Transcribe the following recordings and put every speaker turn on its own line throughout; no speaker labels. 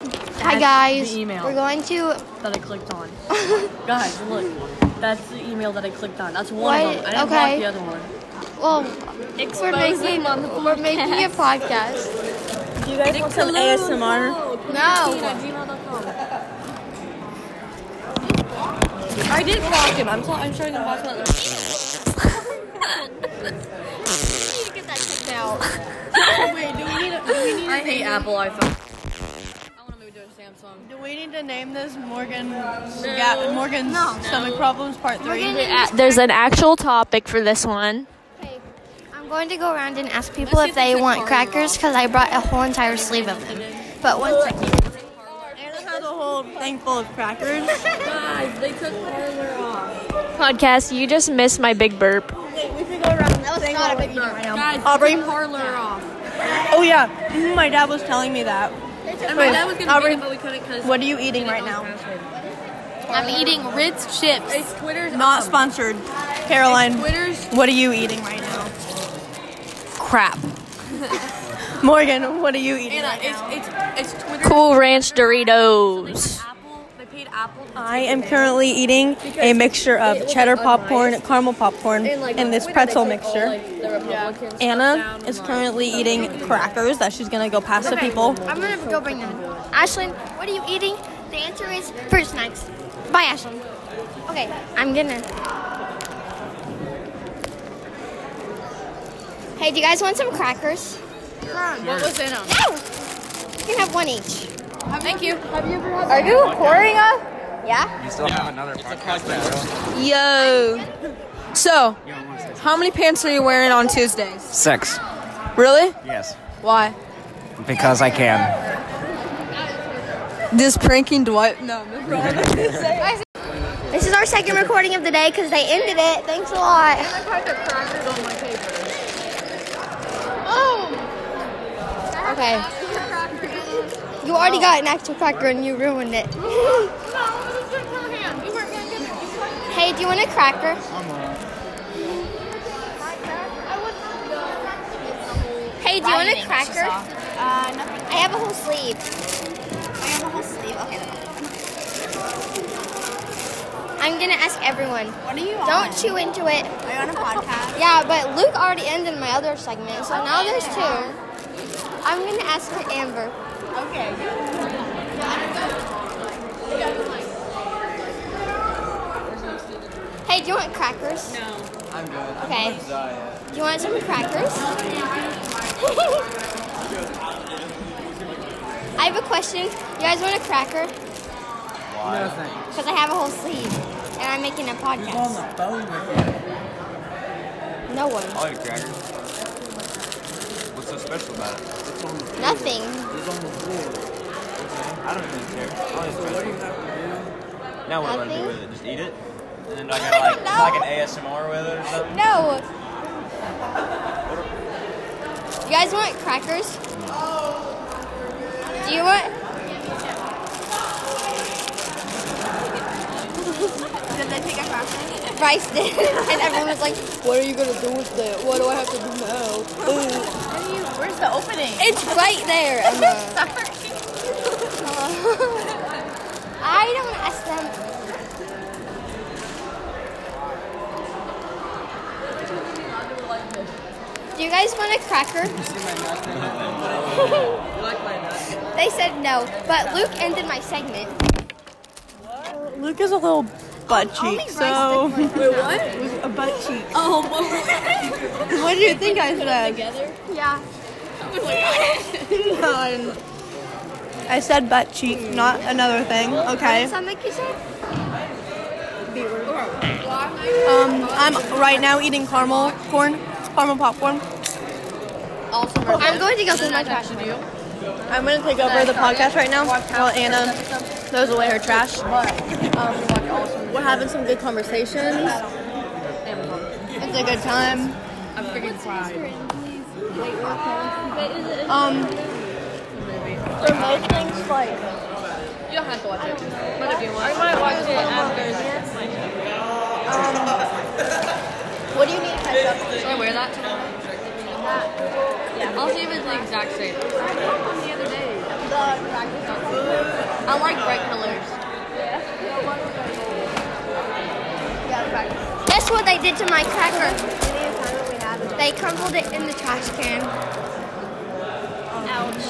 Hi
at
guys.
The email
We're going to.
that I clicked on. Guys, look. That's the email that I clicked on. That's one
What?
of them. I didn't
Okay.
block the other one.
Well, we're
Expose
making
him on the podcast.
we're making a podcast.
Do you guys want some ASMR?
Oh,
No,
I did block him. I'm, t- I'm showing him block him.
need to get that checked out.
Wait, do we need a, do we need I hate Apple iPhone. I want to move to a Samsung.
Do we need to name this Morgan?
Morgan's
stomach problems part
we're
three.
gonna.
Uh, There's an actual topic for this one.
Okay, I'm going to go around and ask people if
Let's get
they
the
want
card
crackers because I brought a whole entire sleeve of them. But one second.
Anna has a whole thing full of crackers.
Guys, they took Parlor off.
Podcast, you just missed my big burp.
Wait, we should go around. That was
not a big
right now.
Guys,
Aubrey?
they took Parlor off.
Oh yeah, Mhm, my dad was telling me that.
And my dad was gonna
Aubrey,
get it, but we couldn't because
What are you eating right now?
I'm eating Ritz chips.
It's Twitter's
Not
awesome.
sponsored. Caroline,
Twitter's
what are you eating right now?
Crap.
Morgan, what are you eating?
Anna, uh, it's it's it's Twitter's
Cool Ranch
They paid
Doritos.
Apple. They paid Apple. to
I
take
am
it.
currently eating a mixture of cheddar popcorn, caramel popcorn,
And, like,
and this
Twitter, they
pretzel
take all,
mixture.
like, the Republican stuff
Anna
down
is
and,
currently eating crackers that she's gonna go pass to people.
I'm gonna go bring them. Ashlyn, what are you eating? The answer is fruit snacks. Bye, Ashlyn. Okay, I'm gonna. Hey, do you guys want some crackers?
Like, what was in 'em?
No. You can have one each.
Thank you.
Are you recording us? Yeah.
You still have another podcast.
Yo. So, how many pants are you wearing on Tuesdays?
Six.
Really?
Yes.
Why?
Because I can.
This pranking Dwight? No.
This is our second recording of the day because they ended it. Thanks a lot. Oh. Okay. You already got an actual cracker and you ruined it. Hey, do you want a cracker? Hey, do you want a cracker? Uh, I have a whole sleeve. I'm gonna ask everyone. What are you Don't chew into it. Are you on a podcast? yeah, but Luke already ended my other segment, so now there's two. I'm gonna ask for Amber. Okay. Hey, do you want crackers? No. I'm good. Okay. do you want some crackers? I have a question. You guys want a cracker? Because I have a whole sleeve, and I'm making a podcast. No one.
I like crackers. What's so special about it?
Nothing.
I don't really care. I don't really care. Now what do I do
Nothing?
with it? Just eat it? And then do I
I
got like,
don't
like an
know.
ASMR with it or something?
No. You guys want crackers? Do you want? Did they take a cracker? Bryce did, and everyone was like, "What are you gonna do with it? What do I have to do now?"
Where's the opening?
It's right there, Emma. I don't ask them. Do you guys want a cracker? they said no, but Luke ended my segment.
Luke is a little butt cheek,
Only
so
Bryce did one.
a butt cheek. Oh, what do you think I said?
Yeah.
No, I'm- Um, I said butt cheek, not another thing. Okay.
Stomach, you said?
Um, I'm right now eating caramel corn, caramel popcorn.
I'm going to go through my trash.
I'm gonna take over the podcast right now while Anna throws away her trash. Um, we're having some good conversations. It's a good time. I'm freaking fried. Um, for most things, like
You don't have to watch it. But if you want.
what do you need ketchup?
Should I wear that tomorrow? I'll see if it's the exact same.
The
I like bright colors.
Guess what they did to my cracker? They crumbled it in the trash can. Ouch.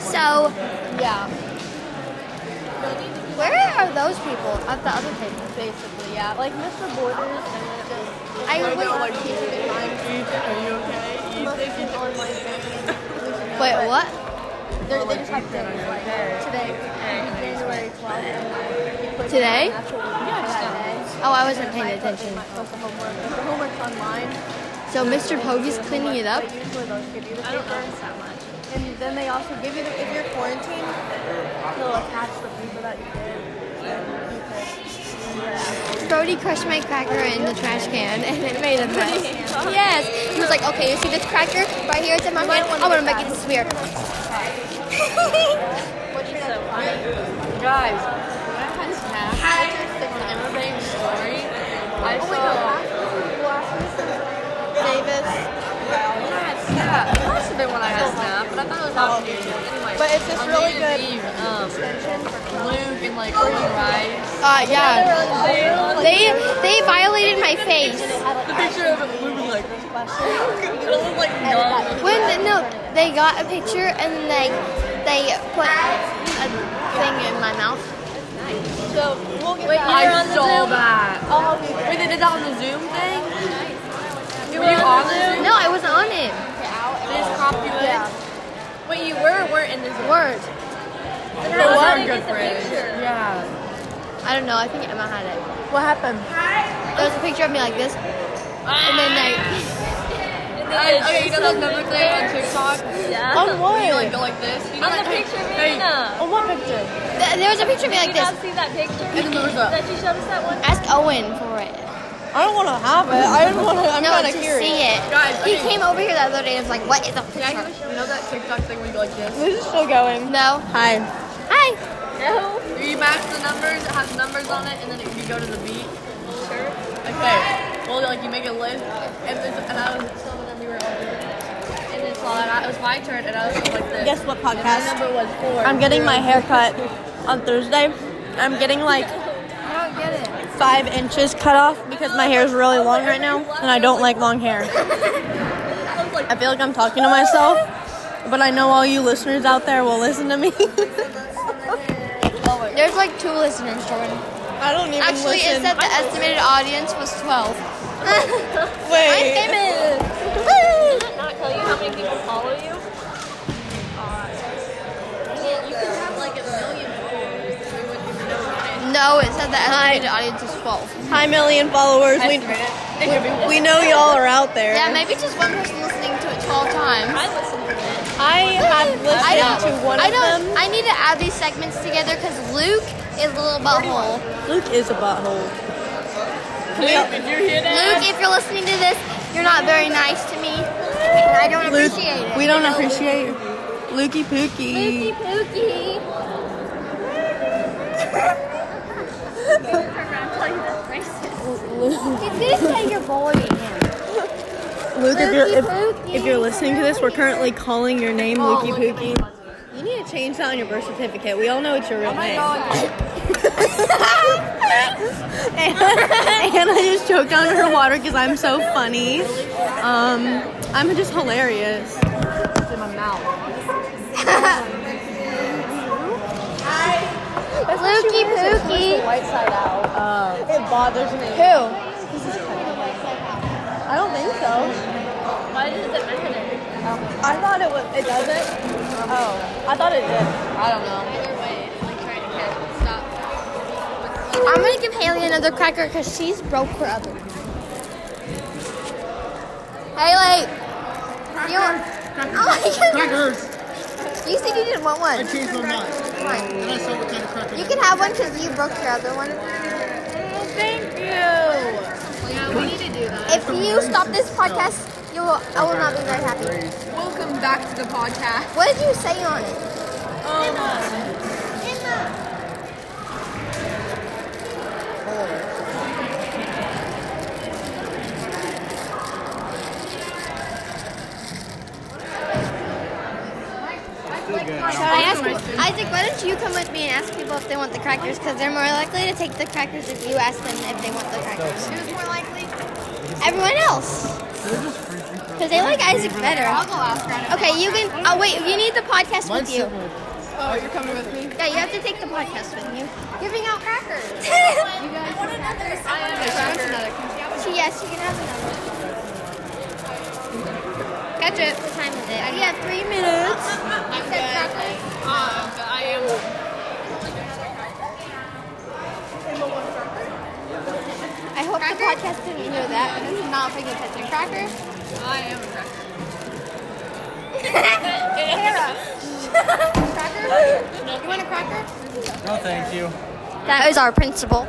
So, yeah. Where are those people? At the other table.
Basically, yeah. Like Mr. Borders and then just
I wait. Wait, what?
they're- they just have dinner right there.
Today.
January 12th.
Today?
Yeah, just
Oh, I wasn't paying attention.
Post the homework. The homework's online.
So Mr. Pogie's cleaning it up.
But usually they'll give you the paper. And then they also give you the, if you're quarantined, they'll attach the paper that you
Brody crushed my cracker in the trash can, and it made a mess. Yes. He was like, "Okay, you see this cracker right here? It's in my hand. I want to make it disappear."
did. Guys, when I had snacks, I just an everybody's story. I saw Davis. When I had snap. It must have been when I had snap, but I thought it was last year. Anyway,
But it's this
on
really
New Year's
good
Eve, um, Luke and like Courtney Rice.
Uh, yeah. They they violated my face.
The picture of Luke was like. It was like numb.
When the, no, they got a picture and then they they put a thing in my mouth.
I saw that. Wait, they did that on the Zoom thing? Were you on the Zoom?
No, I wasn't on it.
They just copied you in? Wait, you were or weren't in the Zoom?
Word.
They were good friends. Yeah.
I don't know. I think Emma had it.
What happened?
There was a picture of me like this, and then they.
I, okay, you know that another thing on TikTok? Yeah.
On what?
You like go like this? You know
On
that
the picture of
Hey,
Anna.
On oh, what picture?
th- There was a picture of me
you
like this.
not see that picture?
And then there was a-
That you showed us that one?
Ask Owen for it.
I don't want to have it. I don't want to. I'm
no, to
kind of curious.
see it.
Guys,
he
okay.
came over here the other day and was like, "What is a
Can
picture?"
I give a shout- You know that TikTok thing where you go like this?
This is still going.
No.
Hi.
Hi.
No.
You match the numbers, it has numbers on it, and then if you go to the beat. Okay. Well, like you make a list, and, this, and I was some of them we were all doing it. and it's all, and I, it was my turn, and I was like this.
Guess what
And my
podcast?
number was four.
I'm getting my hair cut on Thursday. I'm getting like five inches cut off because my hair is really long right now and I don't like long hair. I feel like I'm talking to myself, but I know all you listeners out there will listen to me.
There's like two listeners, Jordan.
I don't even
Actually, it
listen.
said the estimated audience was 12.
Wait.
Did that not tell you how many people follow you?
You could have like a million followers. and we wouldn't even know about it.
No, it said the estimated audience was 12.
Hi, million followers. We, we know y'all are out there.
Yeah, maybe just one person listening to it 12 times.
I listened to it.
I have listened
I don't.
to one
I
of
don't.
them.
I need to add these segments together because Luke is a little butthole.
Luke is a butthole.
Did you hear that?
Luke, if you're listening to this, you're not very nice to me, and I don't
Luke,
appreciate it.
we don't appreciate you. Lukey Pookie.
Pookie.
He's gonna say you're bullying him.
Luke, if you're, if,
Pookie.
if you're listening to this, we're currently calling your name Oh, Lukey Pookie. You need to change that on your birth certificate. We all know it's your real name. and I just choked on her water because I'm so funny. Um, I'm just hilarious.
in my mouth.
Lukey Pookie.
White side out.
It bothers me. Who? I don't think so.
Why does it matter?
I thought it was. It doesn't. Oh, I thought it did.
I don't know.
Either way, it's like trying to catch and stop.
I'm gonna give Haley another cracker because she's broke her other. Haley. You want- Oh my goodness.
Crackers!
You said you didn't want
I
one.
changed my mind.
Fine.
And I saw what kind of crackers.
You can have one because you broke your other one.
Yeah, we need to do that.
If you stop this podcast, you will. I will not be very happy.
Welcome back to the podcast.
What did you say on it?
Still good.
I asked Isaac, why don't you come with me and ask people if they want the crackers? Because they're more likely to take the crackers if you ask them if they want the crackers. Who's more likely? Everyone else. Because they like Isaac better. I'll go ask her. Okay, you can. Oh wait, you need the podcast with you.
Oh, you're coming with me?
Yeah, you have to take the podcast with you. Giving out crackers. She, yes, she can have another. Catch it. What time is it? We have three minutes.
Um, but I am.
I hope the podcast didn't hear that. This is not paying attention. Cracker?
I am a cracker.
cracker? You want a cracker?
No, thank you.
That is our principal. You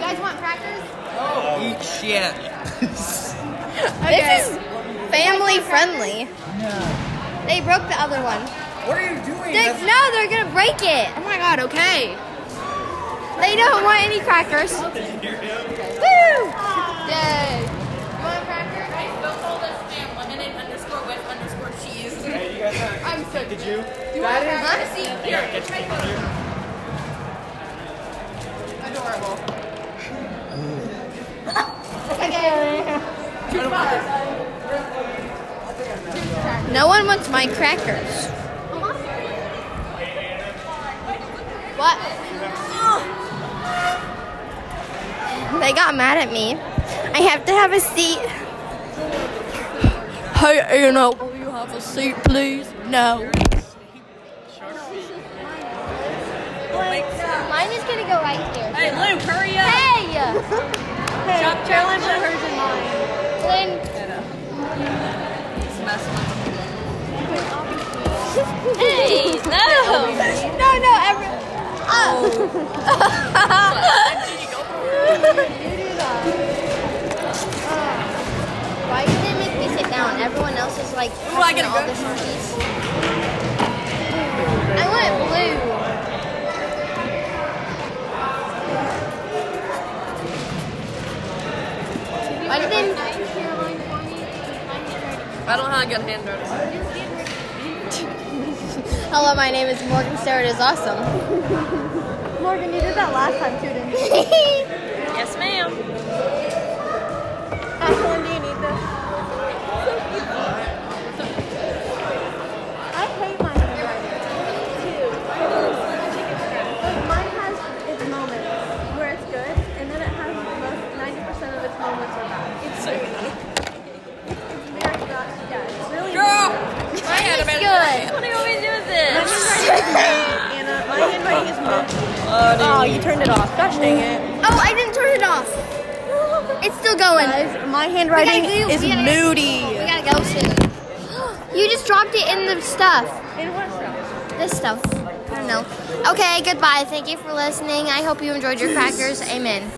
guys want crackers?
Oh, Eat shit.
This is family friendly. They broke the other one.
What are you doing?
They, no, they're gonna break it.
Oh my god, okay.
They don't want any crackers. Woo! Yay!
You want a cracker?
Lemonade underscore with underscore cheese.
I'm so Did you?
Adorable.
No one wants my crackers. What? They got mad at me. I have to have a seat.
Hey, Anna, will you have a seat, please? No.
Mine is gonna go right here.
Hey, Luke, hurry up.
Hey!
Chop challenge and hers and mine.
Lynn.
Hey, no!
No, no, every. Oh. Why did they make me sit down? Everyone else is like having all the sharpies. I want blue. Why did they?
I don't know how to get handwritten.
Hello, my name is Morgan. Sarah is awesome. Morgan, you did that last time too, didn't you?
Yes, ma'am.
I hate my handwriting.
Like, mine has its moments where it's good, and then it has the most ninety percent of its moments are bad. It's it's very not yeah, it's really
My is good.
What do we do with this?
Anna, my handwriting is Oh, you turned it off. Gosh dang it.
Oh, I didn't turn it off. It's still going.
My handwriting
We gotta do-
is
we gotta-
moody.
We gotta go soon. You just dropped it in the stuff. In what stuff? This stuff. I don't know. Okay, goodbye. Thank you for listening. I hope you enjoyed your crackers. Amen.